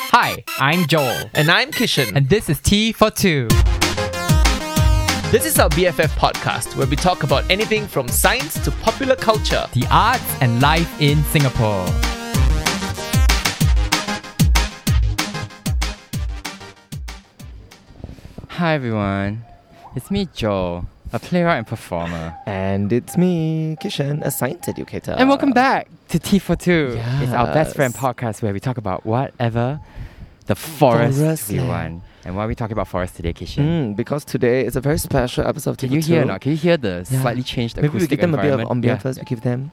Hi, I'm Joel, And I'm Kishan. and this is Tea for Two. this is our BFF podcast where we talk about anything from science to popular culture. The arts and life in Singapore. Hi everyone, it's me Joel, a playwright and performer, And it's me, Kishan, a science educator. and welcome back to Tea for Two. It's our best friend Yes. podcast where we talk about whatever the forest, Forest we land. want. And why are we talking about forest today, Kishan? Mm, because today is a very special episode of Can TV you hear or too. not? Can you hear the Yeah. slightly changed Maybe acoustic we give them a bit of environment? ambiance Yeah. first. We give them.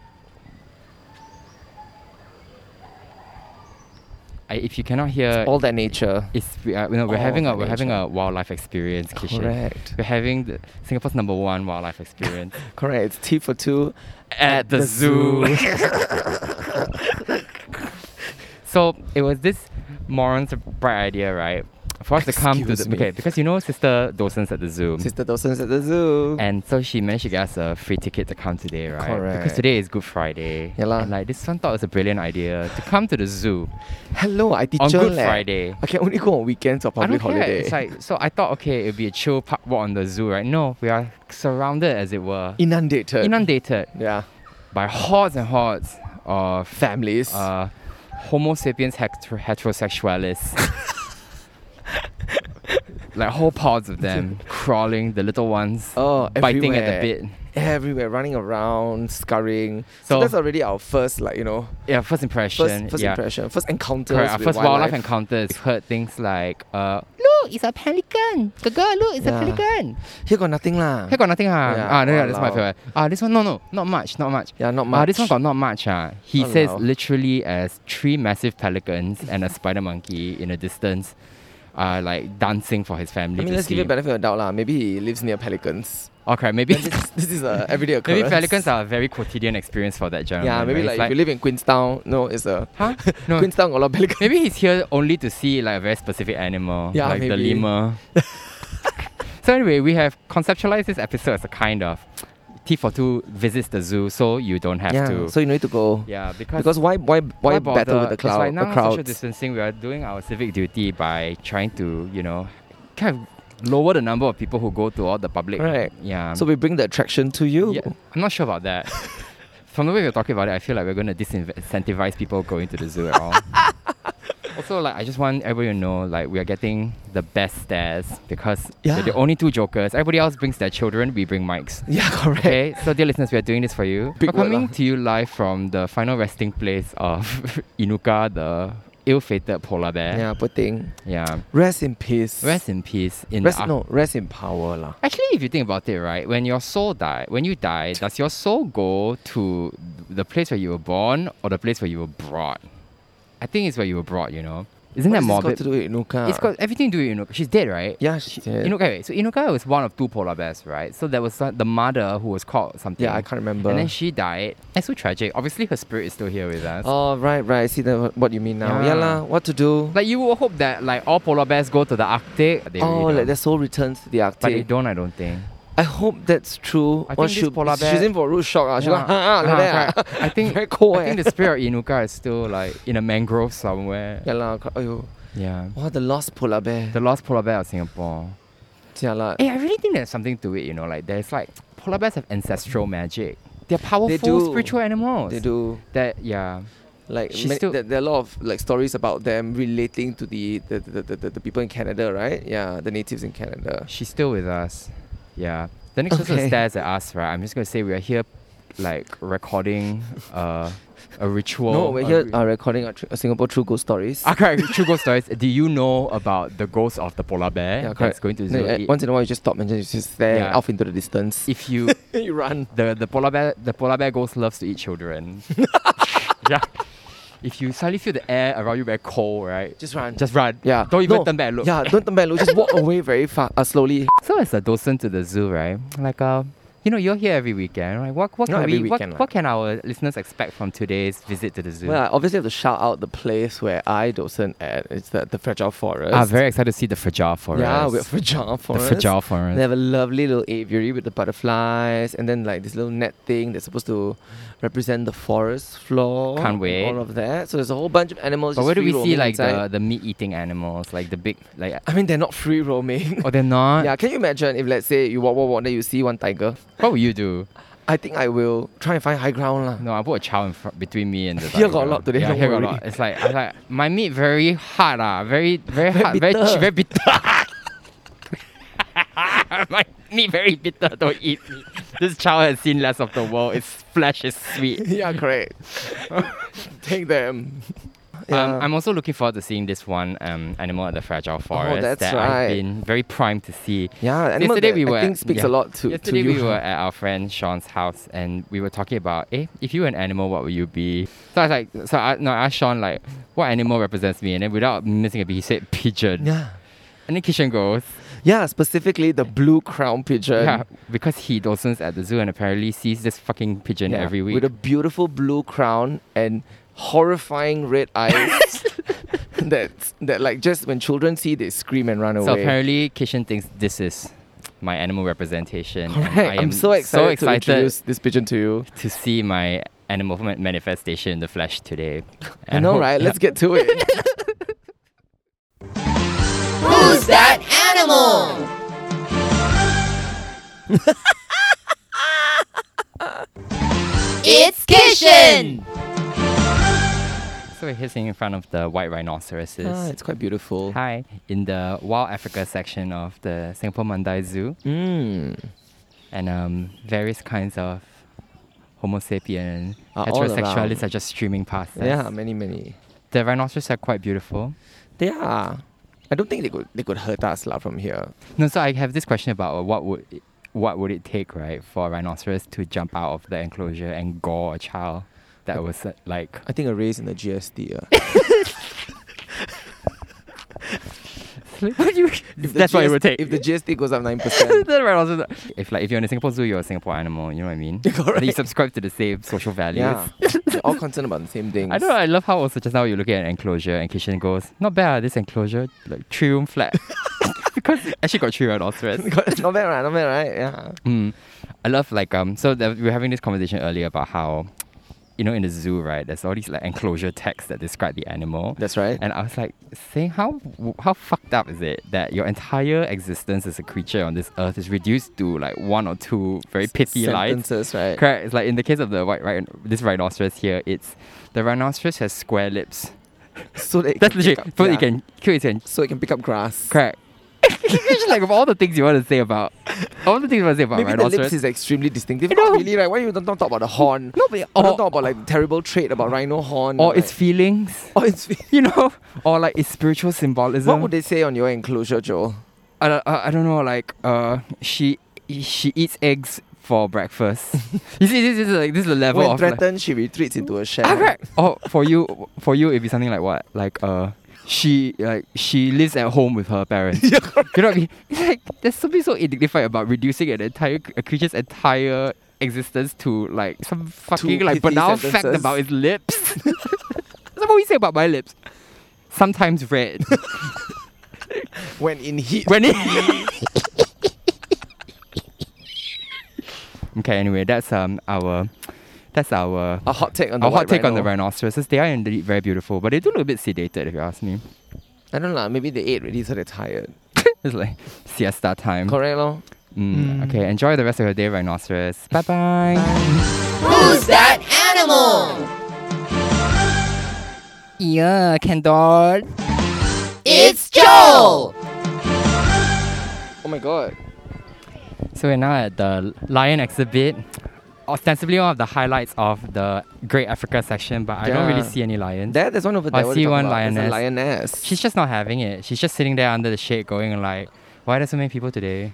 I, if you cannot hear, Uh, all that nature. it's we are, no, we're all having a the we're having nature. a wildlife experience, Kishan. Oh, Correct. We're having the, Singapore's number one wildlife experience Correct. It's T for two. at the zoo. So it was this moron's bright idea, right? For us to come to Excuse the me. okay, because you know Sister Dawson's at the zoo. Sister Dawson's at the zoo. And so she managed to get us a free ticket to come today, right? Because Correct. today is Good Friday. Yeah lah. And like this one thought it was a brilliant idea to come to the zoo Hello, I teacher. on Good leh. Friday. I can only go on weekends or I don't public care. holiday. It's like so I thought okay it'd be a chill park walk on the zoo, right? No, we are surrounded as it were. inundated. Inundated yeah. by hordes and hordes of Families. uh, Homo sapiens heter- heterosexualis. like whole pods of them crawling, the little ones oh, biting at the everywhere. bit. Everywhere, running around, scurrying. So, So- that's already our first, like you know, Yeah, first impression. first, first yeah. impression, first encounter. Correct. Our with first wildlife, wildlife encounter is heard things like, uh, Look, it's a pelican. Gaga, look, it's a Yeah. pelican. Here got nothing lah. hey, got nothing, huh? Yeah, ah, no, yeah, that's my walao. favorite. Ah, this one, no, no, not much, not much. Yeah, not much. Ah, this one got not much. Ah. He says Walao. literally as three massive pelicans and a spider monkey in the distance are like dancing for his family. I mean, to let's see. give it benefit of doubt lah. Maybe he lives near pelicans. Okay, maybe this, this is a everyday occurrence. Maybe pelicans are a very quotidian experience for that gentleman. Yeah, maybe right? like, It's if you live in Queenstown, no, it's a Huh? No. Queenstown got a lot of pelicans. maybe he's here only to see like a very specific animal. Yeah, like the maybe. lemur. so anyway, we have conceptualized this episode as a kind of T for two visits the zoo, so you don't have yeah, to. so you need to go. yeah, because. Because why why why, battle with the It's cloud like now the social crowds? distancing, we are doing our civic duty by trying to, you know, kind of lower the number of people who go to all the public. Right. Yeah. So we bring the attraction to you. Yeah, I'm not sure about that. From the way we're talking about it, I feel like we're going to disincentivize people going to the zoo at all. also, like, I just want everybody to know, like, we are getting the best stares because Yeah. we're the only two jokers. Everybody else brings their children. We bring mics. Yeah, correct. Okay, so dear listeners, we are doing this for you. Big we're word ah. coming lah. to you live from the final resting place of Inuka, the ill-fated polar bear. Yeah, poor thing. Yeah. Rest in peace. Rest in peace. In Rest the no, rest in power lah. Actually, if you think about it, right, when your soul die, when you die, does your soul go to the place where you were born or the place where you were brought? I think it's where you were brought. You know, isn't What that has this got morbid? to do with Inuka? It's got everything to do with Inuka. She's dead, right? yeah, she did. Inuka. wait, So Inuka was one of two polar bears, right? So there was uh, the mother who was called something. yeah, I can't remember. And then she died. That's so tragic. Obviously, her spirit is still here with us. oh right, right. I see that what you mean now. Yeah. Yeah, lah. What to do? Like you would hope that like all polar bears go to the Arctic. They oh, really like don't. their soul returns to the Arctic. But they don't. I don't think. I hope that's true. I Or think this she'll- polar she's bear- in for a rude shock. Ah, She's Yeah. like, ah, ah, like Ah, that. ah." correct. I think very cold. I think eh. the spirit of Inuka is still like in a mangrove somewhere. Yeah, lah. cor- Aiyo. Yeah. Wow, oh, the lost polar bear. The lost polar bear of Singapore. yeah, lah. Hey, I really think there's something to it, you know, like there's like polar bears have ancestral magic. They're powerful do. spiritual animals. They do That yeah. like She's many, still- there, there are a lot of like stories about them relating to the the, the, the, the the people in Canada, right? Yeah, the natives in Canada. She's still with us. Yeah. The next person Okay. stares at us, right? I'm just gonna say we are here like recording uh, a ritual. no, we're a here ri- uh, recording a, tr- a Singapore True Ghost Stories. Ah, correct. True ghost stories. Do you know about the ghost of the polar bear yeah, that's correct. going to No, zoo? uh, It- once in a while, you just stop and just, just stare Yeah. off into the distance. if you you run. the the polar bear the polar bear ghost loves to eat children. yeah. If you suddenly feel the air around you very cold, right? Just run. Just run. yeah. Don't even No, turn back and look. Yeah, don't turn back. and Look. Just walk away very far, uh, slowly. So as a docent to the zoo, right? Like uh you know, you're here every weekend, right? What, what Not can every we, weekend what, lah. what can our listeners expect from today's visit to the zoo? Well, I obviously have to shout out the place where I docent at. It's the, the Fragile Forest. I'm Ah, very excited to see the fragile forest. Yeah, we're Fragile the Forest. fragile forest. They have a lovely little aviary with the butterflies and then like this little net thing that's supposed to represent the forest floor. Can't and wait. All of that. So there's a whole bunch of animals. but just where do we free see roaming like inside. the, the meat eating animals, like the big like? I mean, they're not free roaming. Oh, they're not. yeah, can you imagine if let's say you walk, walk, walk, then you see one tiger? What would Oh, you do? I think I will try and find high ground lah. No, I put a child in front between me and the. Here got a tiger. lot today, Yeah, don't here worry. got a lot. It's like, it's like my meat very hard ah, very very hard, very bitter. chi- very bitter. my meat very bitter. Don't eat me. This child has seen less of the world. Its flesh is sweet. yeah, correct. Take them. Um, I'm also looking forward to seeing this one um, animal at the fragile forest Oh, that's that right. I've been very primed to see. yeah, animal Yesterday that we I were- think speaks yeah. a lot to, Yesterday to you. we were at our friend Sean's house and we were talking about, eh, if you were an animal, what would you be? So I was like, so I, no, I asked Sean like, what animal represents me? And then without missing a beat, he said pigeon. yeah. And then Kishan goes, Yeah, specifically the blue crown pigeon. yeah, because he docents at the zoo and apparently sees this fucking pigeon Yeah, every week. With a beautiful blue crown and horrifying red eyes. that that like just when children see they scream and run so away. apparently Kishan thinks this is my animal representation. and Correct. I I'm am so excited, so excited to introduce this pigeon to you. to see my animal ma- manifestation in the flesh today. I know, right? Let's get to it. Who's that animal? it's Kishan! So we're here sitting in front of the white rhinoceroses. Ah, it's quite beautiful. Hi, in the Wild Africa section of the Singapore Mandai Zoo, Mm. and um, various kinds of Homo sapien Are all heterosexualists around. are just streaming past us. Yeah, many, many. the rhinoceros are quite beautiful. They are. I don't think they could they could hurt us lah from here. No, so I have this question about uh, what would it- what would it take, right, for a rhinoceros to jump out of the enclosure and gore a child that was uh, like I think a raise in the GST. Uh. If the that's what it would GST take. If the GST goes up nine percent. The rhinoceros- If like if you're in a Singapore zoo, you're a Singapore animal. You know what I mean? Correct. You subscribe to the same social values. Yeah. They're all concerned about the same things. I know. I love how also just now you look at an enclosure and Kishan goes, "Not bad, ah, this enclosure, like three room flat." because it actually got three rhinoceros. not bad, right? Not bad, right? Yeah. Mm. I love like um. So the, we were having this conversation earlier about how, you know, in the zoo, right? There's all these like enclosure texts that describe the animal. That's right. And I was like saying, how how fucked up is it that your entire existence as a creature on this earth is reduced to like one or two very pithy lines? sentences, right? Correct. It's like in the case of the white rhin- this rhinoceros here, it's the rhinoceros has square lips. So that it That's can legit. pick up- So yeah. it can, so it can so it can pick up grass. crack. it's just like of all the things you want to say about, all the things you want to say about Maybe the rhinoceros. lips is extremely distinctive. You know- Not really, right? Why you don't talk about the horn? no, but Or, or, don't talk about like terrible trait about rhino horn. or like- Oh, its feelings, or it's. you know, or like its spiritual symbolism. What would they say on your enclosure, Joe? I, don't- I, I don't know. Like uh, she she eats eggs for breakfast. you see, this is like this is the level When of like- threatened, she retreats into a shell. Ah, correct. Or for you, for you, it'd be something like what? Like uh, she like she lives at home with her parents. you know what I mean? It's like there's something so indignified about reducing an entire a creature's entire existence to like some fucking like pithy banal fact sentences. about his lips. That's what we say about my lips. Sometimes red. When in heat. when it. okay. Anyway, that's um our. That's our a hot take on the a hot white take on the rhino. rhinoceroses. They are indeed very beautiful, but they do look a bit sedated, if you ask me. I don't know. Maybe they ate already, so they're tired. It's like siesta time. Correct, lor. Mm, Okay, enjoy the rest of your day, rhinoceros. Bye bye. Who's that animal? Yeah, Kendall. It's Joel! Oh my god. So we're now at the lion exhibit. Ostensibly one of the highlights of the Great Africa section, but I don't really Yeah. see any lions. There, there's one over I there. What are see you one talking about? There's a lioness. She's just not having it. She's just sitting there under the shade, going like, "Why are there so many people today?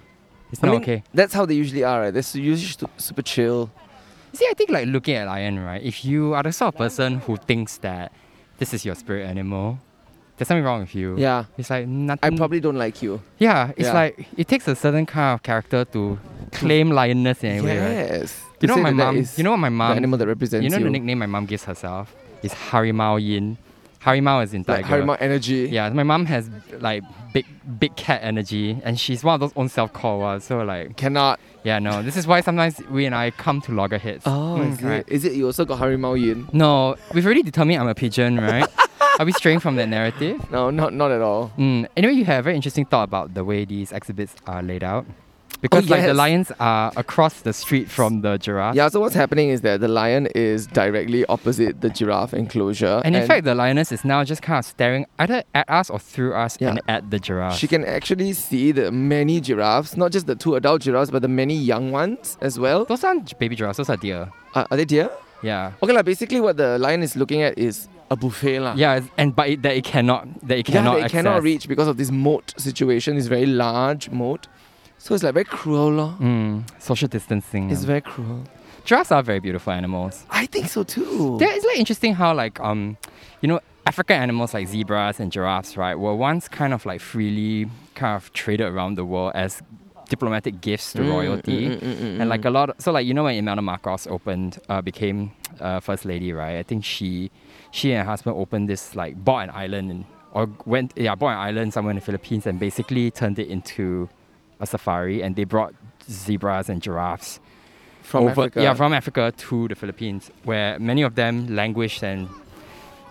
It's I not mean, okay." That's how they usually are, right? They're su- usually stu- super chill. You See, I think like looking at lion, right? If you are the sort of person who thinks that this is your spirit animal, there's something wrong with you. Yeah. It's like I nothing. probably don't like you. yeah. It's yeah. like it takes a certain kind of character to claim lioness in any way, right? Yes. You know They say my that that mom. is You know what my mom. the animal that represents you know you. the nickname my mom gives herself is Harimau Yin. Harimau is in like tiger. Harimau energy. Yeah, my mom has like big big cat energy, and she's one of those own self call ones. So like, Cannot. yeah, no, this is why sometimes we and I come to loggerheads. Mm, Oh, is right. it? Is it you also got Harimau Yin? No, we've already determined I'm a pigeon, right? Are we straying from that narrative? No, not not at all. Mm. Anyway, you have a very interesting thought about the way these exhibits are laid out. Because like the Oh, yes. lions are across the street from the giraffe. Yeah, so what's happening is that the lion is directly opposite the giraffe enclosure. And in fact, the lioness is now just kind of staring either at us or through us Yeah. and at the giraffe. she can actually see the many giraffes, not just the two adult giraffes, but the many young ones as well. those aren't baby giraffes, those are deer. Uh, are they deer? Yeah. Okay, like, basically what the lion is looking at is a buffet. lah. Yeah, it's- and but it, that it cannot that it Yeah, cannot they cannot access. reach because of this moat situation, this very large moat. So it's like very cruel. lor. Mm, social distancing. It's very cruel. Giraffes are very beautiful animals. I think so too. There, it's like interesting how like um, you know, African animals like zebras and giraffes, right, were once kind of like freely kind of traded around the world as diplomatic gifts to royalty, and like a lot. Of, so like you know when Imelda Marcos opened, uh, became uh, first lady, right? I think she, she and her husband opened this like bought an island and or went yeah bought an island somewhere in the Philippines and basically turned it into a safari, and they brought zebras and giraffes from over- Africa. Yeah, from Africa to the Philippines, where many of them languished and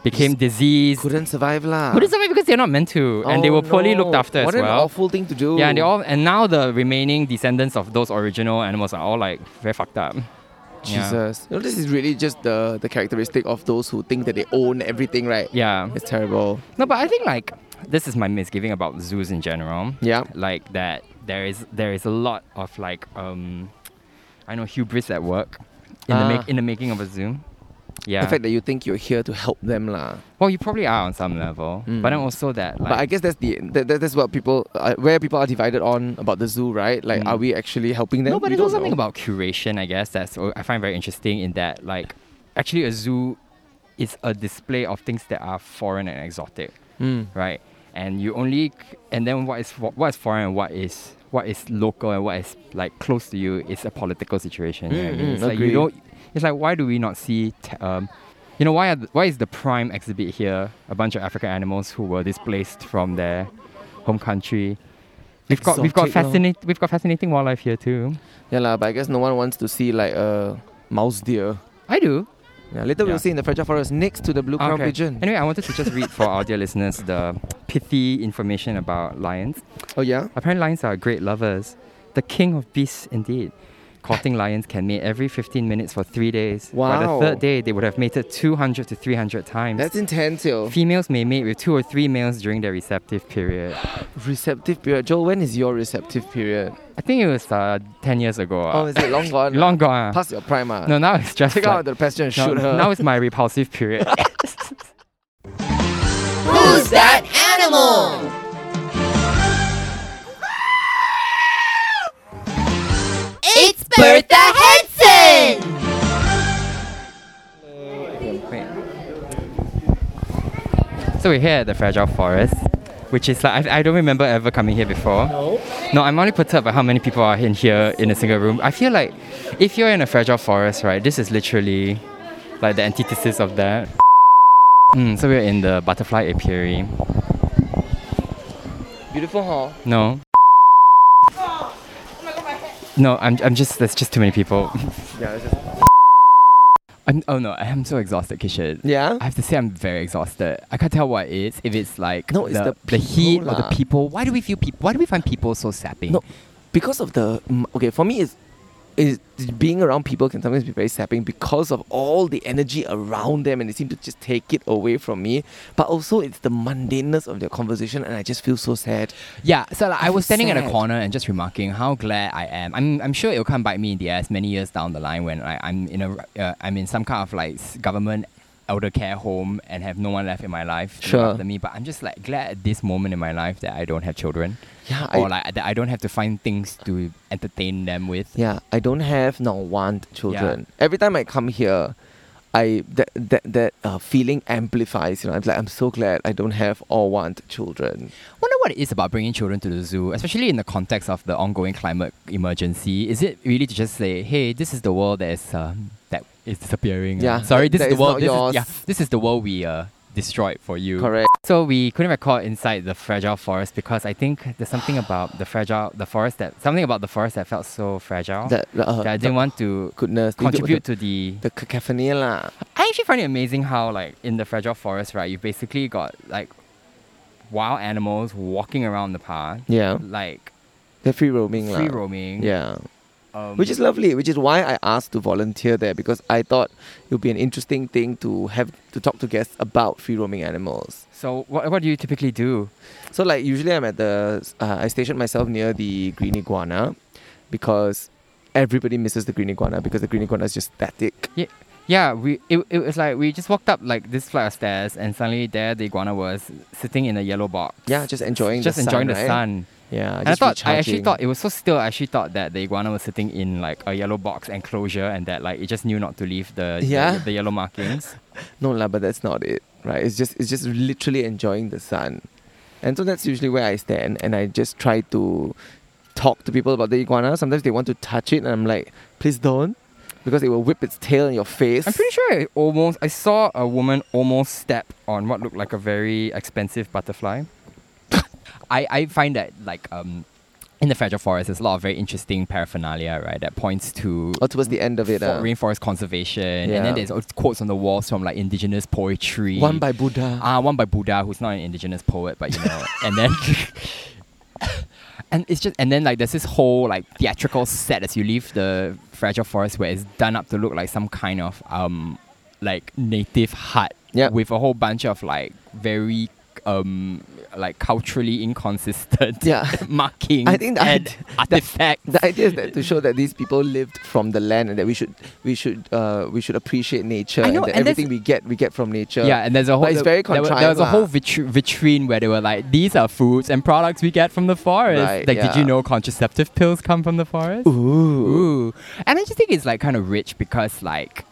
became diseased. couldn't survive lah. But it's only because they're not meant to, and they Oh, were poorly looked no. after what as an well. awful thing to do. Yeah, and they all and now the remaining descendants of those original animals are all like very fucked up. Yeah. Jesus. You know, this is really just the the characteristic of those who think that they own everything, right? Yeah. It's terrible. No, but I think like this is my misgiving about zoos in general. Yeah. Like that there is there is a lot of like um I know hubris at work in the Ah. make in the making of a zoo. Yeah. The fact that you think you're here to help them lah. Well, you probably are on some level, but then also that like Hmm. but I guess that's the that, that- that's what people uh, where people are divided on about the zoo, right? Like, Mm. are we actually helping them? no, but We it's also don't something know. about curation, I guess. That's what I find very interesting in that like actually a zoo is a display of things that are foreign and exotic, Mm. right? And you only c- and then what is fo- what is foreign and what is what is local and what is like close to you is a political situation. you know what I mean? Mm, mm, It's like you agree. don't. It's like why do we not see? T- um, you know why? Are th- why is the prime exhibit here a bunch of African animals who were displaced from their home country? We've got we've got Exotic lor. fascinating we've got fascinating wildlife here too. Yeah lah. But I guess no one wants to see like a mouse deer. I do. Yeah, later Yeah. we'll see in the fragile forest next to the blue crown pigeon. Anyway, I wanted to just read for our dear listeners the pithy information about lions. Oh yeah. Apparently, lions are great lovers, the king of beasts indeed. Courting lions can mate every 15 minutes for three days. By the Wow. third day, they would have mated 200 to 300 times. That's intense, yo. Females may mate with two or three males during their receptive period. Receptive period. Joel, when is your receptive period? I think it was uh, 10 years ago. Oh, ah. is it long gone? Long gone. ah. Past your prime, ah. No, now it's just Take out like, the pasture and now, shoot her. now it's my repulsive period. Who's that animal? It's Bertha Henson! Wait. So we're here at the Fragile Forest, which is like, I, I don't remember ever coming here before. No. No, I'm only perturbed by how many people are in here in a single room. I feel like if you're in a Fragile Forest, right, this is literally like the antithesis of that. Mm, so we're in the butterfly apiary. Beautiful, huh? No. No, I'm, I'm just, there's just too many people. Yeah. I'm, oh no, I'm so exhausted, Kishan. yeah. I have to say I'm very exhausted. I can't tell what it is. If it's like No, it's the, the people heat or the lah. people. Why do we feel people? Why do we find people so sapping? No, because of the mm, okay for me it's is being around people can sometimes be very sapping because of all the energy around them and they seem to just take it away from me. But also it's the mundaneness of their conversation and I just feel so sad. Yeah, so like, I was standing in a sad. corner and just remarking how glad I am. I'm, I'm sure it'll come bite me in the ass many years down the line when I, I'm in a uh, I'm in some kind of like s- government elder care home and have no one left in my life to look Sure. after me. But I'm just like glad at this moment in my life that I don't have children Yeah, I, or like that I don't have to find things to entertain them with. yeah, I don't have nor want children. Every time I come here, I that that that uh, feeling amplifies. You know, I'm like I'm so glad I don't have or want children. Wonder what it is about bringing children to the zoo, especially in the context of the ongoing climate emergency? Is it really to just say, "Hey, this is the world that is um, that is disappearing"? uh, Yeah, sorry, that- this that is is the world. not this yours." is yeah, this is the world we uh, destroyed for you. Correct. So we couldn't record inside the fragile forest because I think there's something about the fragile, the forest that something about the forest that felt so fragile that, That, uh, Oh. I didn't want to goodness the- contribute the, to the. the cacophony lah. I actually find it amazing how like in the fragile forest, right? You basically got like wild animals walking around the park, Yeah, like they're free roaming free lah. roaming. Yeah, um, which is lovely. Which is why I asked to volunteer there because I thought it would be an interesting thing to have to talk to guests about free roaming animals. So what what do you typically do? So like usually I'm at the uh, I station myself near the green iguana because everybody misses the green iguana because the green iguana is just static. Yeah, we it, it was like we just walked up like this flight of stairs, and suddenly there the iguana was sitting in a yellow box. Yeah, just enjoying just the enjoying sun, the right? sun. Yeah, And I just thought I actually recharging. thought it was so still. I actually thought that the iguana was sitting in like a yellow box enclosure, and that like it just knew not to leave the the- Yeah. the, yellow markings. No lah, but that's not it, right? It's just it's just literally enjoying the sun, and so that's usually where I stand, and I just try to talk to people about the iguana. Sometimes they want to touch it, and I'm like, please don't, because it will whip its tail in your face. I'm pretty sure I almost I saw a woman almost step on what looked like a very expensive butterfly. I I find that like um. In the fragile forest, there's a lot of very interesting paraphernalia, right? That points to Or towards the end of it, for uh, rainforest conservation, and Yeah. then there's also quotes on the walls from like indigenous poetry. one by Buddha. ah, one by Buddha, who's not an indigenous poet, but you know, and then. And it's just, and then like there's this whole like theatrical set as you leave the fragile forest where it's done up to look like some kind of um like native hut Yep. with a whole bunch of like very um like culturally inconsistent Yeah. markings I think that- and artifacts. the idea is that to show that these people lived from the land and that we should we should uh, we should appreciate nature I know, and and that that's- everything we get we get from nature. Yeah, and there's a whole. it's very there, were- there contrived was a lah. whole vitri- vitrine where they were like, "These are foods and products we get from the forest." Right, like, did yeah. you know contraceptive pills come from the forest? Ooh. Ooh. And I just think it's like kind of rich because like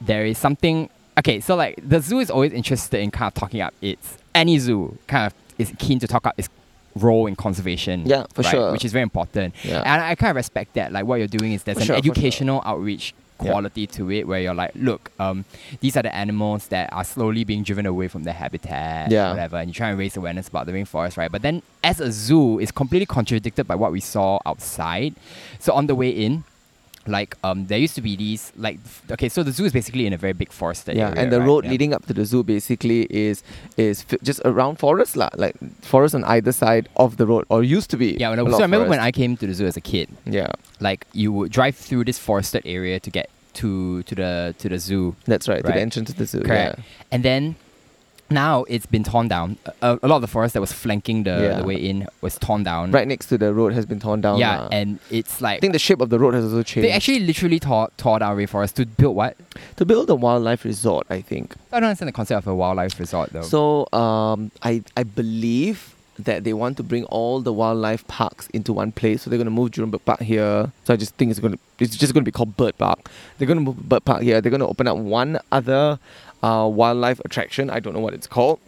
there is something okay, so like the zoo is always interested in kind of talking up its any zoo kind of is keen to talk up its role in conservation. Yeah, for right, sure. Which is very important. Yeah. And I kind of respect that. Like what you're doing is there's For an sure, for sure. educational outreach Yeah. quality to it where you're like, look, um, these are the animals that are slowly being driven away from their habitat, Yeah. whatever, and you try and raise awareness about the rainforest, right? But then as a zoo, it's completely contradicted by what we saw outside. So on the way in, like um, there used to be these like f- okay, so the zoo is basically in a very big forested yeah, area, and the right? road Yeah. leading up to the zoo basically is is fi- just around forest lah, like forest on either side of the road, or used to be. Yeah, when I, a lot so I of remember when I forest. came to the zoo as a kid, Yeah, like you would drive through this forested area to get to to the to the zoo, that's right, to Right. the entrance of the zoo. correct? yeah. And then now it's been torn down. A, a lot of the forest that was flanking the, Yeah. the way in was torn down. Right next to the road has been torn down. Yeah, lah. and it's I like think the shape of the road has also changed. they actually literally tore tore down rainforest to build what? to build a wildlife resort, I think. I don't understand the concept of a wildlife resort though. So um, I I believe that they want to bring all the wildlife parks into one place. So they're going to move Jurong Bird Park here. So I just think it's going to it's just going to be called Bird Park. They're going to move Bird Park here. They're going to open up one other uh, wildlife attraction. I don't know what it's called.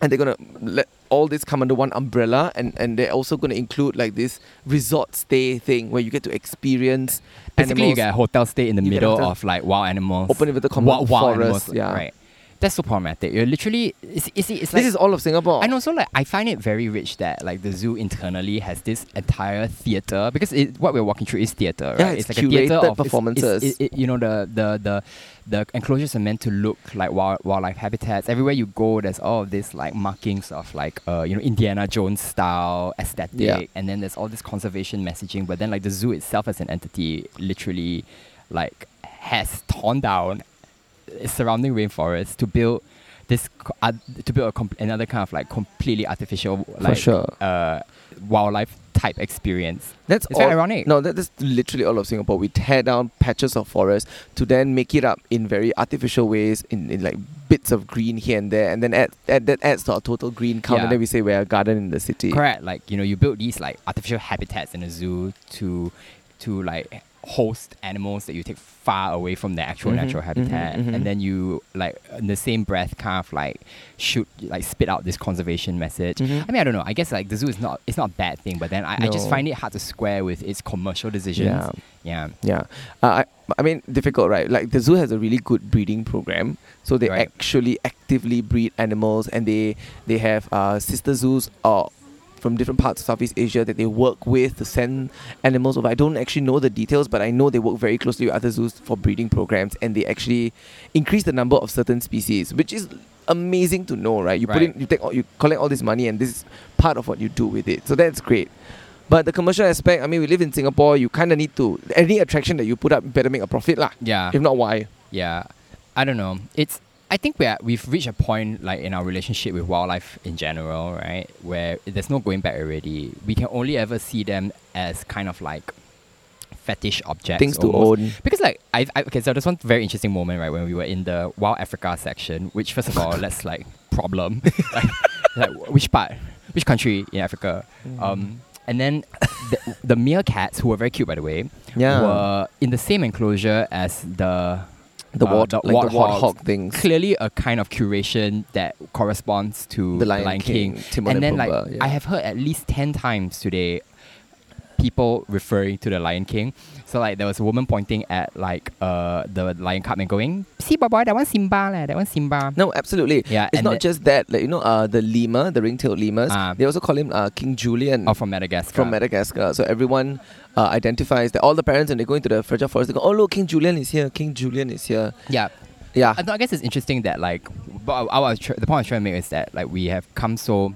And they're going to let all this come under one umbrella and, and they're also going to include like this resort stay thing where you get to experience Basically, animals. you get a hotel stay in the You get a middle hotel- of like wild animals, Open with the common wild, wild forest, animals, yeah. right. That's so problematic. You're literally, it's, it's, it's like, this is all of Singapore. I know. So like, I find it very rich that like the zoo internally has this entire theater because it, what we're walking through is theater, right? Yeah, it's like a theater curated of it's- it's- performances. it- it- you know, the the the the enclosures are meant to look like wild, wildlife habitats. Everywhere you go, there's all of this like markings of like uh, you know Indiana Jones style aesthetic, Yeah. and then there's all this conservation messaging. But then like the zoo itself as an entity, literally, like has torn down uh, surrounding rainforest to build this co- uh, to build a comp- another kind of like completely artificial like sure. uh, wildlife type experience. That's It's all, very ironic. No, that, that's literally all of Singapore. We tear down patches of forest to then make it up in very artificial ways, in, in like bits of green here and there, and then add, add, that adds to our total green count. Yeah. And then we say we're a garden in the city. Correct. Like you know, you build these like artificial habitats in a zoo to to like host animals that you take far away from their actual Mhm, natural mhm, habitat mhm. and then you like in the same breath kind of like shoot like spit out this conservation message Mhm. i mean i don't know i guess like the zoo is not it's not a bad thing but then i, I just No. find it hard to square with its commercial decisions Yeah. yeah Yeah, uh, I I mean difficult, right? Like the zoo has a really good breeding program, so they Right. actually actively breed animals, and they they have uh, sister zoos uh, from different parts of Southeast Asia that they work with to send animals over. I don't actually know the details, but I know they work very closely with other zoos for breeding programs, and they actually increase the number of certain species, which is amazing to know, right? You put Right. in, you take, all, you collect all this money, and this is part of what you do with it. So that's great. But the commercial aspect, I mean, we live in Singapore. You kind of need to any attraction that you put up better make a profit lah. yeah If not, why? yeah i don't know it's i think we're we've reached a point like in our relationship with wildlife in general right where there's no going back already we can only ever see them as kind of like fetish objects Things to almost. own. because like I, I okay so there's one very interesting moment right when we were in the wild africa section which first of all let's like problem like, like which part which country in africa Mm. um and then the, the meerkats who were very cute by the way Yeah. were in the same enclosure as the The uh, wart, like the warthogs. warthog things. Clearly, a kind of curation that corresponds to The Lion King, and Timon and then, like, Pumbaa, yeah. I have heard at least ten times today people referring to the Lion King. So like, there was a woman pointing at like uh the lion cub and going, "See, boy, boy, that one Simba, leh, that one Simba." No, absolutely. Yeah, it's and not the- just that. Like you know, uh, the lemur, the ring-tailed lemurs. Ah. they also call him uh, King Julian Or Oh, from Madagascar. from Madagascar. So everyone uh, identifies that. All the parents when they go into the fragile forest, they go, "Oh look, King Julian is here. King Julian is here." Yeah. Yeah. I, I guess it's interesting that like, but I, I was tr- the point I was trying to make is that like we have come so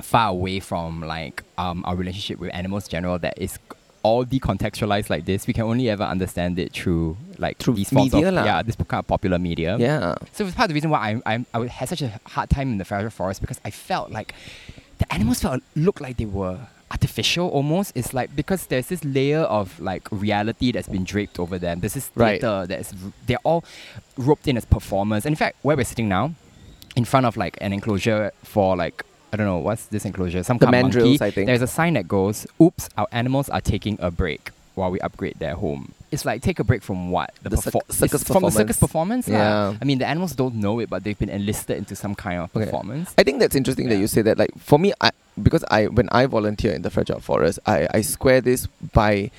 far away from like um, our relationship with animals in general that it's all decontextualized like this. We can only ever understand it through like Through these forms media of lah. yeah this kind of popular media. yeah. So it's part of the reason why I'm, I'm I would- had such a hard time in the fragile forest because I felt like the animals felt looked like they were artificial almost. It's like because there's this layer of like reality that's been draped over them. There's this Right. theater that's they're all roped in as performers. And in fact, where we're sitting now, in front of like an enclosure for like. I don't know what's this enclosure. Some The kind of mandrills, monkey. I think. There's a sign that goes, "Oops, our animals are taking a break while we upgrade their home." It's like take a break from what The circ- perfor- circus it's from the circus performance. performance. lah. Yeah. I mean, the animals don't know it, but they've been enlisted into some kind of Okay. performance. I think that's interesting that Yeah. you say that. Like for me, I because I when I volunteer in the fragile forest, I I square this by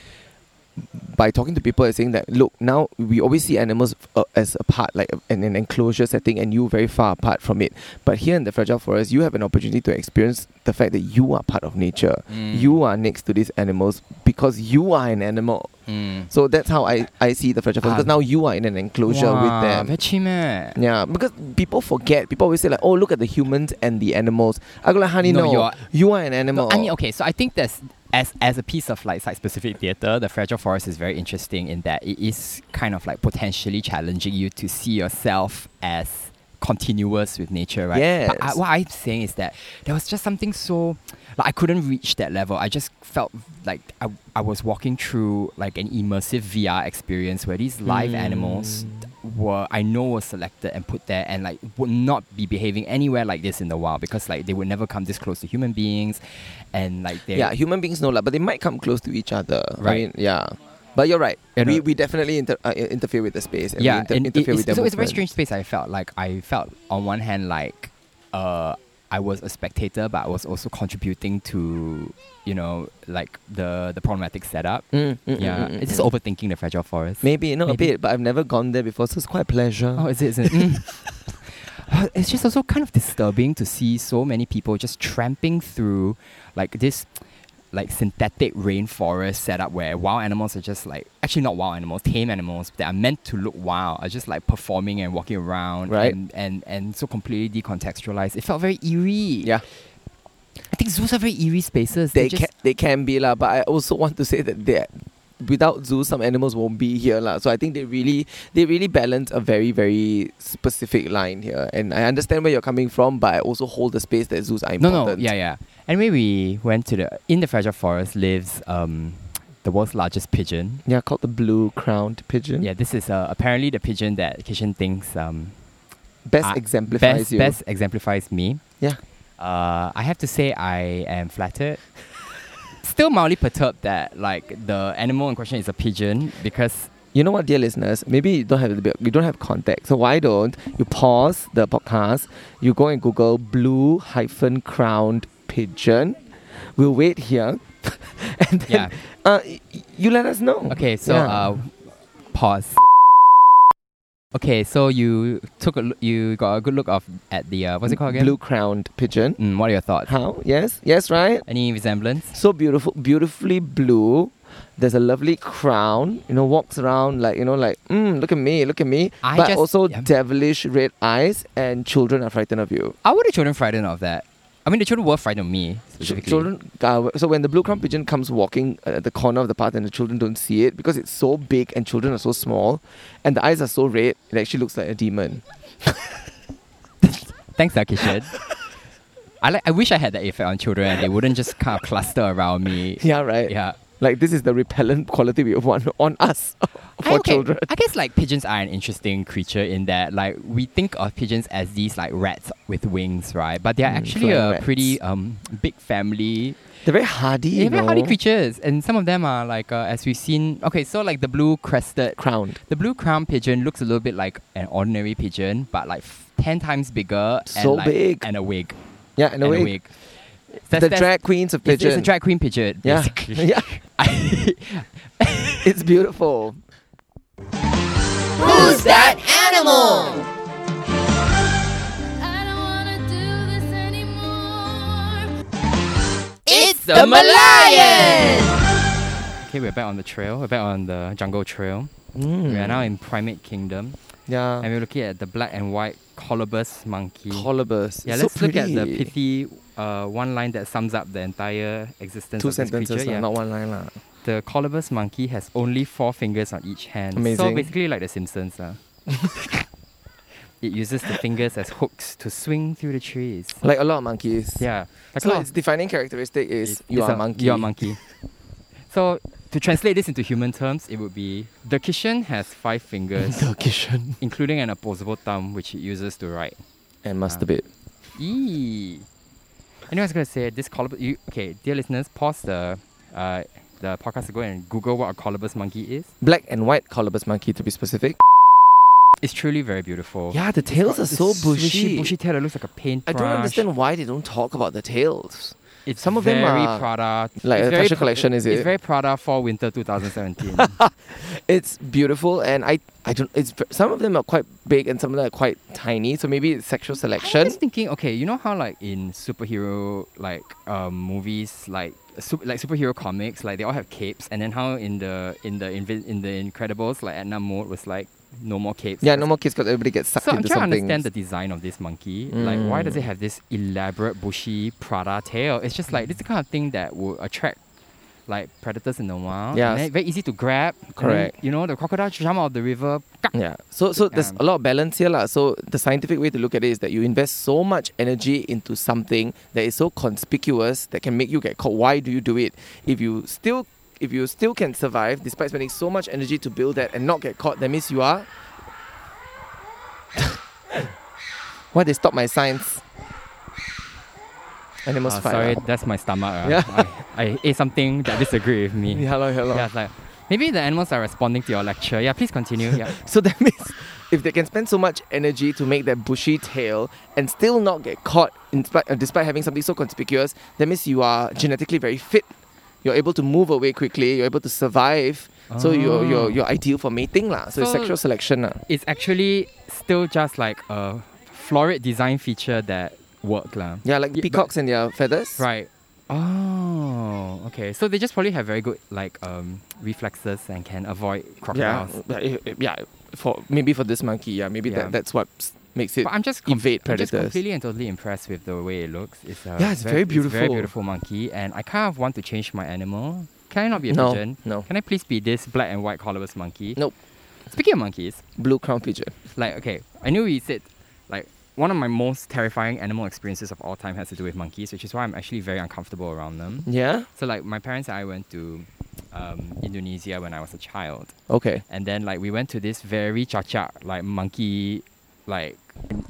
by talking to people and saying that look now we always see animals uh, as apart like uh, in an enclosure setting and you very far apart from it but here in the fragile forest you have an opportunity to experience the fact that you are part of nature Mm. you are next to these animals because you are an animal Mm. so that's how i, I see the fragile forest Ah. because now you are in an enclosure Wow, with them Very chim eh. yeah, because people forget. People always say like, "Oh, look at the humans and the animals." I go like, "Honey, No, no, you are- you are an animal." No, I mean, okay, so I think that's as as a piece of like site specific theater, the fragile forest is very interesting in that it is kind of like potentially challenging you to see yourself as continuous with nature, right? But I, Yes. what I'm saying is that there was just something so like I couldn't reach that level. I just felt like I, I was walking through like an immersive VR experience where these live animals were I know were selected and put there and like would not be behaving anywhere like this in the wild because like they would never come this close to human beings and like they yeah, human beings know lah, but they might come close to each other. I Right. mean, yeah. But you're right. You we, know- we definitely inter- uh, i- interfere with the space. And we yeah, inter- and it- interfere it's, with their so it's a very movement. strange space. I felt like I felt on one hand like uh, I was a spectator, but I was also contributing to you know like the the problematic setup. Mm, mm, mm, yeah, mm, mm, it's just mm. overthinking the fragile forest. Maybe not Maybe. a bit, but I've never gone there before, so it's quite a pleasure. Oh, is it? Is it? Mm. it's just also kind of disturbing to see so many people just tramping through like this like synthetic rainforest setup where wild animals are just like actually not wild animals tame animals that are meant to look wild are just like performing and walking around Right. and, and and so completely decontextualized it felt very eerie yeah, i think zoos are very eerie spaces they just, can they can be lah, but I also want to say that they without zoos, some animals won't be here lah. So I think they really they really balance a very very specific line here, and I understand where you're coming from, but I also hold the space that zoos are no important. no yeah yeah anyway we went to the in the fragile forest lives um the world's largest pigeon yeah, called the blue crowned pigeon. Yeah, this is uh, apparently the pigeon that Kishan thinks um, best uh, exemplifies best, you. best exemplifies me. Yeah. Uh, I have to say I am flattered. still mildly perturbed that like the animal in question is a pigeon because You know what, dear listeners? Maybe you don't have the you don't have context. So why don't you pause the podcast? You go and Google blue hyphen crowned pigeon. We'll wait here, and then uh, y- you let us know. okay, so Yeah. uh, pause. Okay, so you took a look, you got a good look of at the uh, what's it called again? Blue crowned pigeon. Mm, what are your thoughts? How? Yes. Yes. Right. Any resemblance? So beautiful, beautifully blue. There's a lovely crown. You know, walks around like you know, like mm, look at me, look at me. I but just- also yeah. devilish red eyes, and children are frightened of you. How were the children frightened of that? I mean, the children were frightened of me. Ch- Specifically. children uh, so when the blue crown pigeon comes walking uh, at the corner of the path and the children don't see it because it's so big and children are so small and the eyes are so red it actually looks like a demon Thanks, Akishin. I like. I wish I had that effect on children, and they wouldn't just kind of cluster around me. yeah right Yeah. like this is the repellent quality we want on us for I- okay, children I guess like pigeons are an interesting creature in that like we think of pigeons as these like rats with wings, right? But they're Mm, actually flying a rats. pretty um big family. they're very hardy They're you very know. hardy creatures, and some of them are like uh, as we've seen. Okay, so like the blue crested crowned The blue crown pigeon looks a little bit like an ordinary pigeon, but like f- ten times bigger. So and like, big. And a wig. yeah in a and way a wig. That's, the that's- drag queens of It's, pigeon it's a drag queen pigeon. yeah basically. yeah it's beautiful Who's that animal? I don't wanna do this anymore. It's the Malayan. okay, we're back on the trail. We're back on the jungle trail. Mm. We are now in primate kingdom, and yeah we're looking at the black and white colobus monkey. colobus yeah, It's let's so look at the pretty. pithy uh, one line that sums up the entire existence two of this sentences uh, creature. lah, yeah. not one line lah. The colobus monkey has only four fingers on each hand. So Amazing. basically, like The Simpsons. Uh. it uses the fingers as hooks to swing through the trees. like a lot of monkeys Yeah. Like oh, a so lot its of- defining characteristic is it- you it's are a monkey. You are a monkey. so, to translate this into human terms, it would be the Kishan has five fingers, Kishan. including an opposable thumb, which it uses to write. And masturbate. Eee. Anyway, I was gonna say this colobus. You, okay, dear listeners, pause the uh, the podcast to go and Google what a colobus monkey is. Black and white colobus monkey to be specific. It's truly very beautiful. Yeah, the tails are It's so Bushy, bushy. bushy tail that looks like a paintbrush. I don't understand why they don't talk about the tails. It's Some of them very are Prada. like it's a very fashion Pra- collection, is It's it? very Prada for winter 2017. It's beautiful, and I, I don't. It's v- some of them are quite big, and some of them are quite tiny. So maybe it's sexual I selection. was thinking, okay, you know how like in superhero like um, movies, like su- like superhero comics, like they all have capes, and then how in the in the Invi- in the Incredibles, like Edna Mode was like no more capes. Yeah, no more kids because everybody gets sucked So I'm into trying to something. Mm. understand the design of this monkey. Like, why does it have this elaborate bushy Prada tail? It's just like this is the kind of thing that would attract like predators in the wild. Yeah. And then very easy to grab. And then, Correct. you know, the crocodile jump out of the river. kak. Yeah. So so there's Um, a lot of balance here, lah. So the scientific way to look at it is that you invest so much energy into something that is so conspicuous that can make you get caught. Why do you do it? If you still if you still can survive despite spending so much energy to build that and not get caught, that means you are. Why they stop my science? Animals Uh, fight. sorry, lah. that's my stomach. uh. Yeah. I, I ate something that disagree with me. Yeah, hello, hello. Yeah, it's like maybe the animals are responding to your lecture. Yeah, please continue. Yeah. So that means if they can spend so much energy to make that bushy tail and still not get caught in spite, uh, despite having something so conspicuous, that means you are genetically very fit. You're able to move away quickly. You're able to survive. So you're, you're, you're ideal for mating. lah. So, it's So- sexual selection. lah. It's actually still just like a florid design feature that worked. lah. Yeah, like Yeah, but- peacocks and their feathers. Right. Oh, okay. So they just probably have very good like um reflexes and can avoid Yeah. crocodiles. Yeah, eh, eh, yeah. For, maybe for this monkey, yeah. Maybe Yeah. That, that's what s- makes it. But I'm just evade I'm just predators. completely and totally impressed with the way it looks. It's a Yeah, it's very very beautiful. beautiful monkey, and I kind of want to change my animal. Can I not be a No, pigeon? no. Can I please be this black and white colorless monkey? Nope. Speaking of monkeys, Blue crown pigeon. like okay, I knew we said like one of my most terrifying animal experiences of all time has to do with monkeys, which is why I'm actually very uncomfortable around them. Yeah? So like my parents and I went to um, Indonesia when I was a child, Okay. and then like we went to this very cha cha like monkey, like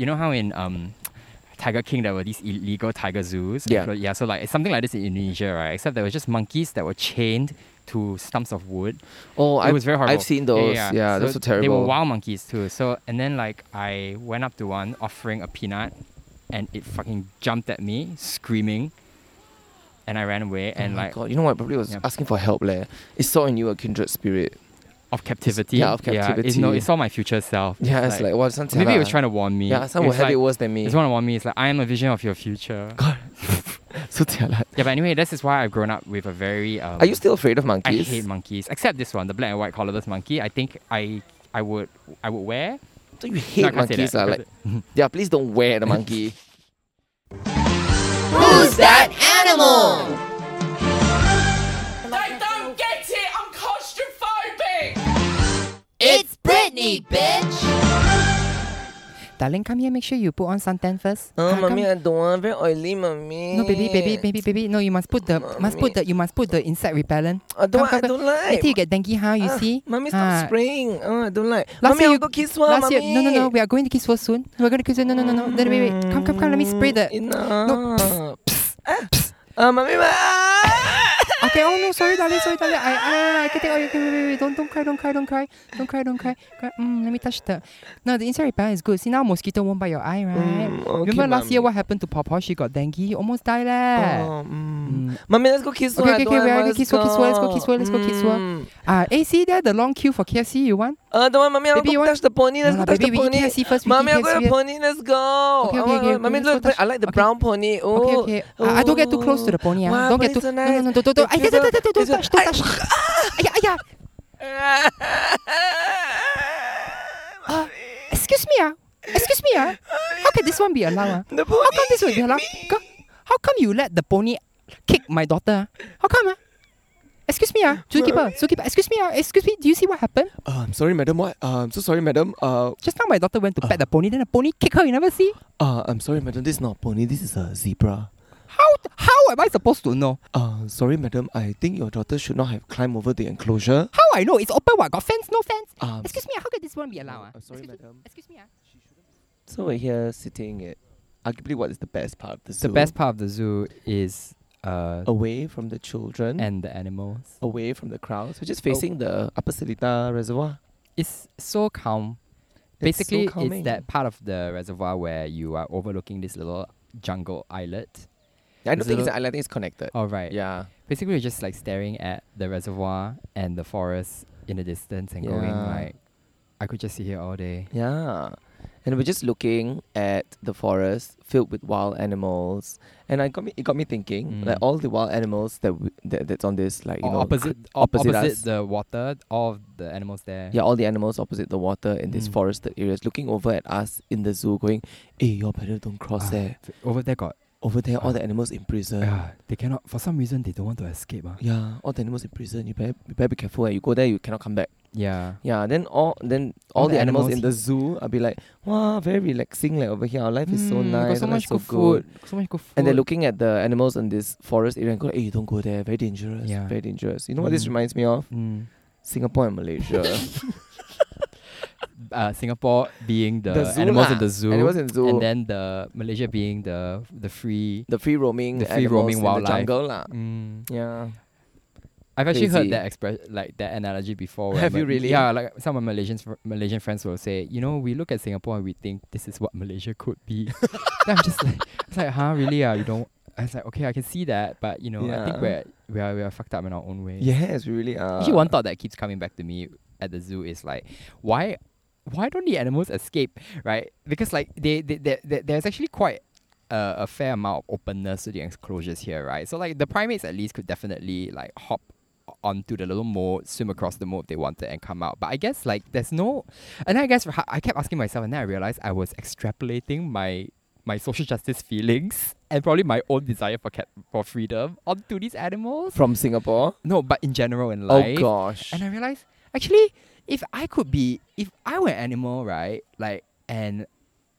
you know how in um, Tiger King, there were these illegal tiger zoos. Yeah. yeah. So like it's something like this in Indonesia, right? Except there were just monkeys that were chained to stumps of wood. Oh, it I've, was very horrible. I've seen those. Yeah, So those are They terrible. were wild monkeys too. So and then like I went up to one offering a peanut, and it fucking jumped at me screaming, and I ran away Oh and my like God, you know what? I probably was Yeah. asking for help, leh. It's saw in you a kindred spirit. of captivity. yeah, of it, no, captivity. it saw my future self. Yeah, it's like, well, sometimes maybe it was trying to warn me. Yeah, some will It's have like- it worse than me. It's one on me. It's like I am a vision of your future. so jialat. Yeah, but anyway, this is why I've grown up with a very. Um, Are you still afraid of I monkeys? hate monkeys, except this one, the black and white collarless monkey. I think I I would I would wear. So you No, I hate can't say monkeys, that. lah. Like, yeah, please don't wear the monkey. Who's that animal? They don't get it. I'm claustrophobic. It's Britney, bitch. Darling, come here. Make sure you put on suntan first. oh, Come- come- mommy, I don't want very oily, mommy. No, baby, baby, baby, baby. No, you must put the must put the you must put the insect repellent. I don't, I Come, come, come. don't like. Later you get dengue, huh? You Ah, see? Mommy, stop Ah. spraying. Oh, I don't like. Last mommy, I'll year you- go kiss one, Last mommy. year, no, no, no. We are going to kiss one soon. We're going to kiss. No, no, no, no. Wait, wait, wait. Come, come, come. Let me spray the. Mm, Enough. No, No. Uh, mommy, ma- Okay, oh no, sorry, darling, sorry, darling. I, I, I can take all your. Wait, wait, wait, don't, don't cry, don't cry, don't cry, don't cry, don't cry. cry. Mm, let me touch the. No, the insect repellent is good. See now, mosquito won't bite your eye, right? Mm, okay, Remember last year mommy. what happened to Pawpaw? She got dengue, almost died leh. Oh, mm. Mm. Mommy, let's go kiss Okay, one. I okay, don't okay, want we are one, gonna kiss one, kiss one, let's go kiss one, let's go kiss one. Mm. Ah, eh, see there the long queue for KFC. You want? Uh, don't want, mommy, I'll Baby, you go want- touch the pony. Let's No, go no, touch baby, the we eat pony. KFC first. we eat Mommy, I'll go KFC to first. pony. Let's go. Okay, Oh, okay, I okay, want- Mommy, let's go look, touch- I like the okay. brown pony. Oh, Okay, okay. Uh, I don't get too close to the pony. Wow, Ah, don't get pony's too. so No, no, nice. no, don't, don't, don't. Ay, It's don't, so- don't, don't, don't it's so- touch, don't touch. Ay, ay, ay. Ah, Excuse me, ah. Excuse me, ah. How can this one be allowed? Ah? the How pony come this would be hit allowed? me. Co- How come you let the pony kick my daughter? ah? How come? Ah? Excuse me, ah, zookeeper, zookeeper. Excuse me, ah, excuse me. Do you see what happened? Uh, I'm sorry, madam. What? Uh, I'm so sorry, madam. Uh, Just now my daughter went to pet the pony, then the pony kicked her. You never see? uh, I'm sorry, madam. This is not a pony. This is a zebra. How how am I supposed to know? Uh, sorry, madam. I think your daughter should not have climbed over the enclosure. How I know? It's open. What got fence? No fence. Um, Excuse me, ah, how can this one be allowed? uh, ah? sorry, excuse madam. Me, excuse me, ah. So we're here sitting at arguably what is the best part of the zoo? The best part of the zoo is uh away from the children and the animals. Oh. away from the crowds. We're just facing the Upper Seletar Reservoir. It's so calm. It's so Basically, calming. that part of the reservoir where you are overlooking this little jungle islet. I don't It's a think it's an little- island. I think it's connected. All right. Yeah. basically we're just like staring at the reservoir and the forest in the distance and going Yeah. like I could just sit here all day. Yeah. And we're just looking at the forest filled with wild animals, and I got me. It got me thinking, Mm. like all the wild animals that, we, that that's on this, like you Or know, opposite cr- o- opposite, us. the water, all of the animals there. yeah, all the animals opposite the water in these Mm. forested areas, looking over at us in the zoo, going, "Hey, y'all better don't cross Ah, there. f- Over there got Over there, all the ah. animals in prison. ah, they cannot for some reason they don't want to escape. Ah. Yeah, all the animals in prison. You better, you better be careful. Eh? You go there, you cannot come back. Yeah. Yeah, then all then all, All the, the animals, animals in the zoo, I'll be like, wow, very relaxing. Like over here, our life is so Mm, got nice, so our much life's good so good. food. So much good food. And they're looking at the animals in this forest area and go, hey, you don't go there, very dangerous, Yeah. very dangerous. You know what this Mm. reminds me of? Mm. Singapore and Malaysia. Uh, Singapore being the, The zoo animals in lah. the zoo, Animals in the zoo. and then the Malaysia being the the free. the free roaming, The free animals roaming in wildlife. the jungle lah. Mm. Yeah. I've actually Crazy. heard that express like that analogy before. where Have Ma- you really? Yeah, like some of my Malaysian fr- Malaysian friends will say, you know, we look at Singapore and we think this is what Malaysia could be. then I'm just like, it's like, huh, really? Ah, you don't. I was like, okay, I can see that, but you know, I think Yeah. we're we are we are fucked up in our own way. Yes, we really are. Uh, Actually, one thought that keeps coming back to me at the zoo is like, why, why don't the animals escape, right? Because like they, they, they, they- there's actually quite a, a fair amount of openness to the enclosures here, right? So like the primates at least could definitely like hop onto the little moat, swim across the moat if they wanted, and come out. But I guess like there's no, and then I guess I kept asking myself, and then I realized I was extrapolating my my social justice feelings and probably my own desire for cat, for freedom onto these animals. From Singapore. No, but in general in life. Oh gosh. And I realized actually, if I could be, if I were an animal, right, like, and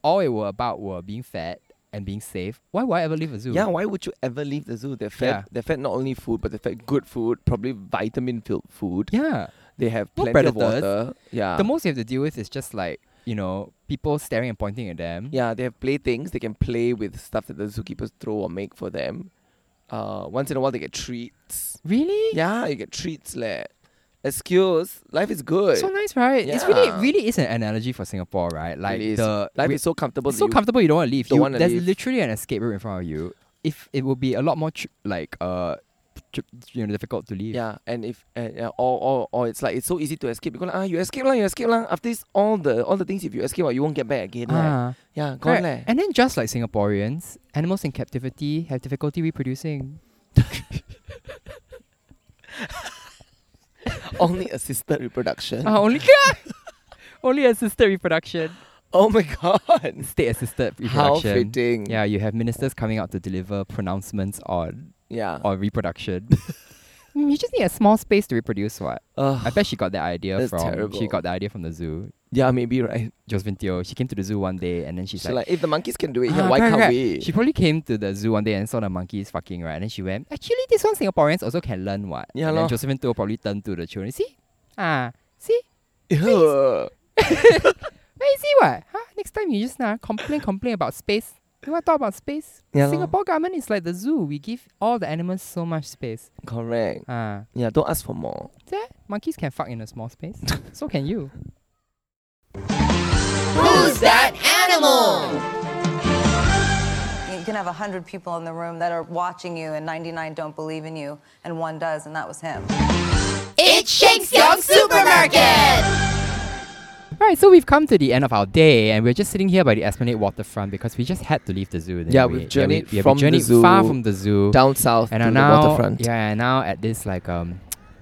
all it were about were being fed and being safe, why would I ever leave a zoo? yeah, why would you ever leave the zoo? They're fed. Yeah. They're fed not only food, but they're fed good food, probably vitamin-filled food. yeah. They have No plenty of predators. water. Yeah. Ah. The most you have to deal with is just like you know people staring and pointing at them. Yeah, they have playthings. They can play with stuff that the zookeepers throw or make for them. Uh, once in a while, they get treats. Really? Yeah, you get treats, leh. Excuse, life is good. So nice, right? It's really, Yeah. it really is an analogy for Singapore, right? Like It is. the life we- is so comfortable. it's that so you- comfortable you don't want to leave. don't You- wanna there's leave. literally an escape route in front of you. If it would be a lot more tr- like uh, tr- you know, difficult to leave. Yeah, and if and, yeah, or, or or it's like it's so easy to escape. You go like, ah, you escape lah, you escape lah. After this, all the all the things if you escape, well, you won't get back again. leh. Ah, Yeah, gone correct. leh. And then just like Singaporeans, animals in captivity have difficulty reproducing. Only assisted reproduction. Ah, only God! only assisted reproduction. Oh my god. State assisted reproduction. How fitting. Yeah, you have ministers coming out to deliver pronouncements on Yeah. on reproduction. Mm, you just need a small space to reproduce what? I Ugh. bet she got that idea That's from she terrible. got the idea from the zoo. yeah, maybe right. Josephine Teo, she came to the zoo one day and then she's So like, like, if the monkeys can do it, "Ah, yeah, why correct, can't correct." we? She probably came to the zoo one day and saw the monkeys fucking right, and then she went, actually, this one Singaporeans also can learn what. Yeah and then lor. Josephine Teo probably turned to the children, see, ah, see, Ugh. where you see what? Huh? Next time you just nah, complain, complain about space. You want to talk about space? Yeah lor. Singapore government is like the zoo. We give all the animals so much space. Correct. Ah, Yeah, don't ask for more. there, monkeys can fuck in a small space. so can you. Who's that animal? You can have 100 people in the room that are watching you, and 99 don't believe in you, and one does, and that was him. It's Shanks Young Supermarket. Right, so we've come to the end of our day, and we're just sitting here by the Esplanade waterfront because we just had to leave the zoo. didn't Yeah, we? we've we- journeyed yeah, we from the journeyed far zoo from the zoo, Down south and to are the now, waterfront. Yeah, and now at this like um,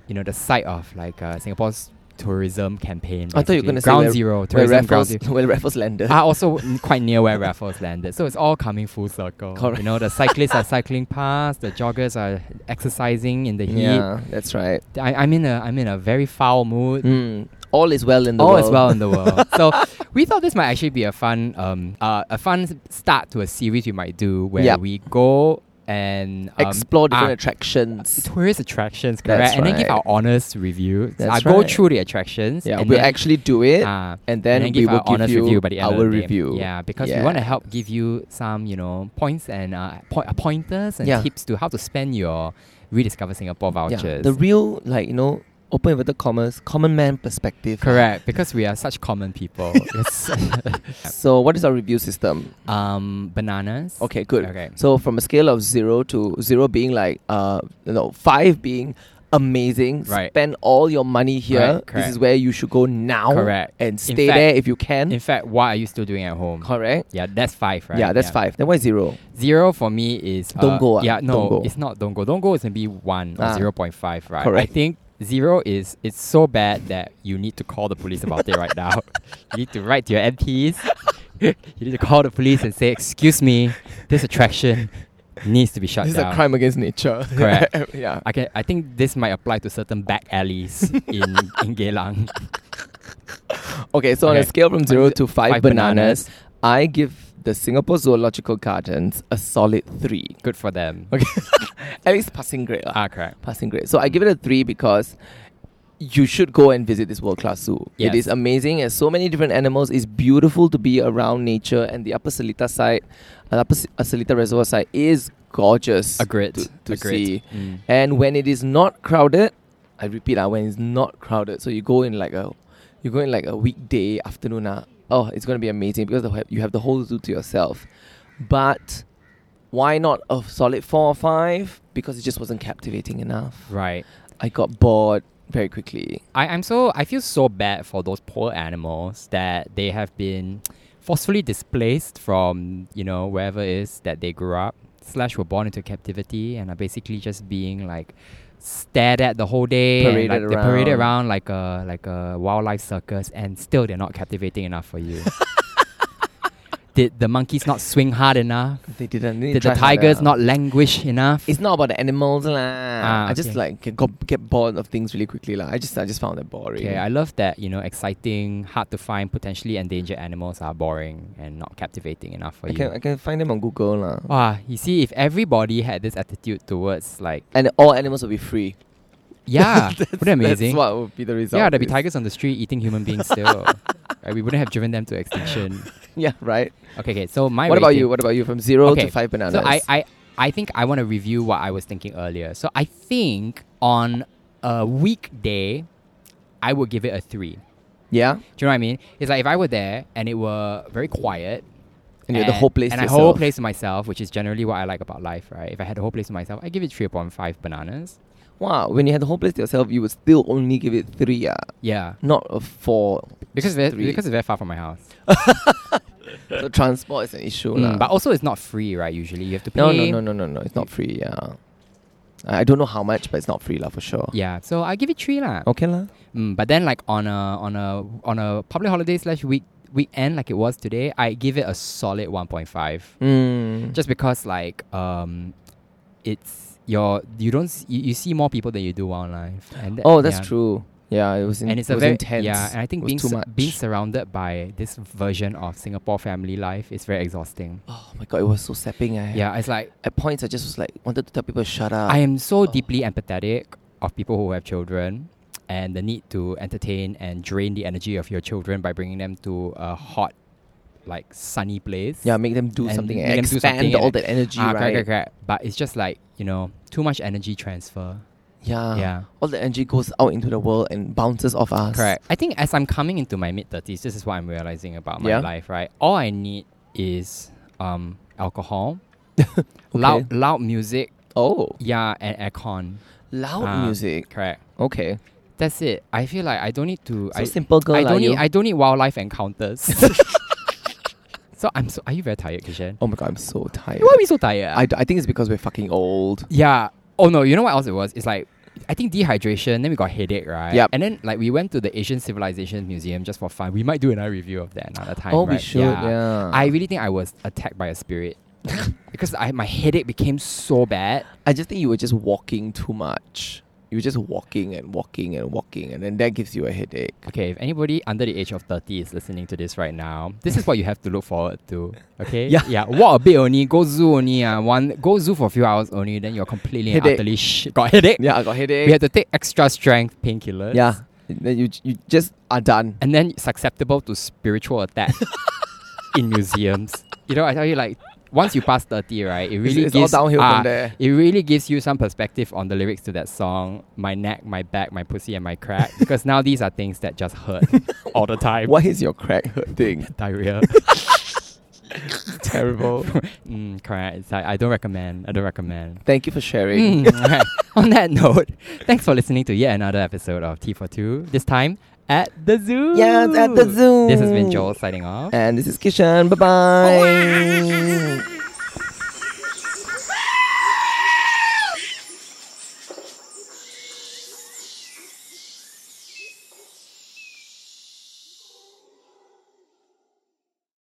you know, the site of like uh, Singapore's tourism campaign. I thought you were basically. gonna say ground where- zero Where tourism ground Raffles, zero. Ah, where Raffles landed. Are also n- quite near where Raffles landed, so it's all coming full circle. Correct. You know, the cyclists are cycling past, the joggers are exercising in the heat. yeah, Ah, that's right. I, I'm in a I'm in a very foul mood. Mm. All is well in the all world. is well in the world. so we thought this might actually be a fun, um, uh, a fun s- start to a series we might do where Yep. we go and um, Explore different ah, attractions. tourist attractions, correct? That's and then give right. our honest review. That's I go right. through the attractions. Yeah, and we'll then, actually do it, ah, and then, and then we give will our honest give you review by the end our of the day. review. Yeah, because we want to Yeah. help give you some, you know, points and uh, po- pointers and Yeah. tips to how to spend your rediscover Singapore Yeah, vouchers. the real, like you know, open inverted commas, common man perspective. correct, because we are such common people. Yes. So, what is our review system? um, bananas. Okay, good. Okay. So, from a scale of zero to zero being like, uh, you know, five being amazing. Right. Spend all your money here. Correct, This correct. is where you should go now. Correct. In And stay fact- there if you can. In fact, what are you still doing at home? correct. Yeah, that's five, right? Yeah, that's five. Then why zero? Zero for me is uh, Don't go, ah. Yeah, no, Don't go. it's not don't go. Don't go is maybe one or Ah. zero point five, right? Correct. I think zero is it's so bad that you need to call the police about it right now. you need to write to your MPs. you need to call the police and say, "Excuse me, this attraction needs to be shut This down." is a crime against nature. Correct. yeah. I can. I think this might apply to certain back alleys in in Geylang. Okay, so on a Okay. scale from zero Five- to five, five bananas, bananas. I give the Singapore Zoological Gardens a solid three. Good for them. Okay, at least passing grade, lah. Ah, correct. Passing grade. So I give it a three because you should go and visit this world class zoo. Yes. It is amazing. It has so many different animals. It's beautiful to be around nature, and the Upper Seletar side, uh, Upper Se- uh, Seletar Reservoir side, is gorgeous. Agreed. To, to Agreed. see. Mm. And when it is not crowded, I repeat, ah, when it's not crowded, so you go in like a, you go in like a weekday afternoon, ah, oh, it's gonna be amazing because the, whole- you have the whole zoo to yourself. But why not a solid four or five? Because it just wasn't captivating enough. Right. I got bored very quickly. I, I'm so I feel so bad for those poor animals that they have been forcefully displaced from you know wherever it is that they grew up slash were born into captivity and are basically just being like stared at the whole day and, Paraded like, they're paraded around. around like a like a wildlife circus and still they're not captivating enough for you. Did the monkeys not swing hard enough? They didn't. they didn't Did try the harder. tigers not languish enough? It's not about the animals lah. Ah, I just okay. like get- got get bored of things really quickly lah. I just I just found it boring. Okay, I love that, you know, exciting, hard to find, potentially endangered animals are boring and not captivating enough for I you. can I can find them on Google lah. Wow, you see, if everybody had this attitude towards, like, And all animals will be free. yeah, would amazing? That's what would be the result. yeah, there'd be is- tigers on the street eating human beings still. Right? We wouldn't have driven them to extinction. yeah, right. Okay, okay. So my What about rating- you? What about you? From zero to five bananas. So I, I, I think I want to review what I was thinking earlier. So I think on a weekday, I would give it a three. yeah. Do you know what I mean? It's like if I were there and it were very quiet. And you had the whole place and to I whole yourself. place to myself, which is generally what I like about life, right? If I had the whole place to myself, I give it three upon five bananas. Wow. When you had the whole place to yourself, you would still only give it three, ah, Yeah, not a four. because Just it's three. very, because it's very far from my house. So transport is an issue, lah. Mm, but also, it's not free, right? Usually, you have to pay. no, no, no, no, no, no. It's not free. Yeah. I I don't know how much, but it's not free, lah, for sure. Yeah, so I give it three lah. Okay, lah. Mm, but then like on a on a on a public holiday slash week weekend like it was today, I give it a solid one point five. Mm. Just because like um, it's your you don't s- you, you see more people than you do online. And that- Oh, that's yeah. true. Yeah, it was. In, And it's it a was very intense. yeah, and I think it was being too su- much. being surrounded by this version of Singapore family life is very exhausting. oh my god, it was so sapping. Eh. Yeah, it's like At points, I just was like wanted to tell people shut up. I am so deeply empathetic of people who have children and the need to entertain and drain the energy of your children by bringing them to a hot, like sunny place. yeah, make them do and something make and them do expand something all and- that energy, Ah, right? correct, correct, correct. But it's just like you know, too much energy transfer. Ah. Yeah. Yeah. All the energy goes out into the world and bounces off us. Correct. I think as I'm coming into my mid thirties, this is what I'm realizing about my Yeah. life. Right. All I need is um alcohol, loud loud music, Oh, yeah, and aircon. loud Ah, music. Correct. Okay. That's it. I feel like I don't need to. So I, simple girl I lah, don't need. you. I don't need wildlife encounters. so I'm. So, are you very tired, Kishan? Oh my god, I'm so tired. Why are we so tired? ah? I, I think it's because we're fucking old. yeah. Oh no. You know what else it was? It's like. I think dehydration, then we got headache, right? Yep. And then like we went to the Asian Civilization Museum just for fun. We might do another review of that another time. Oh, we right? should, yeah. I really think I was attacked by a spirit. because I my headache became so bad. I just think you were just walking too much. You were just walking and walking and walking, and then that gives you a headache. Okay, if anybody under the age of 30 is listening to this right now, this is what you have to look forward to. Okay? Yeah. Yeah. Walk a bit only, go zoo only. Uh, one Go zoo for a few hours only, then you're completely and Headache. utterly sh- got headache. Yeah, I got headache. We had to take extra strength painkillers. yeah. Then you you just are done. And then susceptible to spiritual attack in museums. You know, I tell you, like, once you pass 30, right, it really it's all gives downhill from ah, there. It really gives you some perspective on the lyrics to that song, My Neck, My Back, My Pussy, and My Crack. because now these are things that just hurt all the time. Why is your crack hurting? diarrhea. Terrible. mm, correct. It's like, I don't recommend. I don't recommend. Thank you for sharing. Mm, alright. On that note, thanks for listening to yet another episode of T for Two. This time at the zoo. Yes, at the zoo. This has been Joel signing off. And this is Kishan. Bye bye.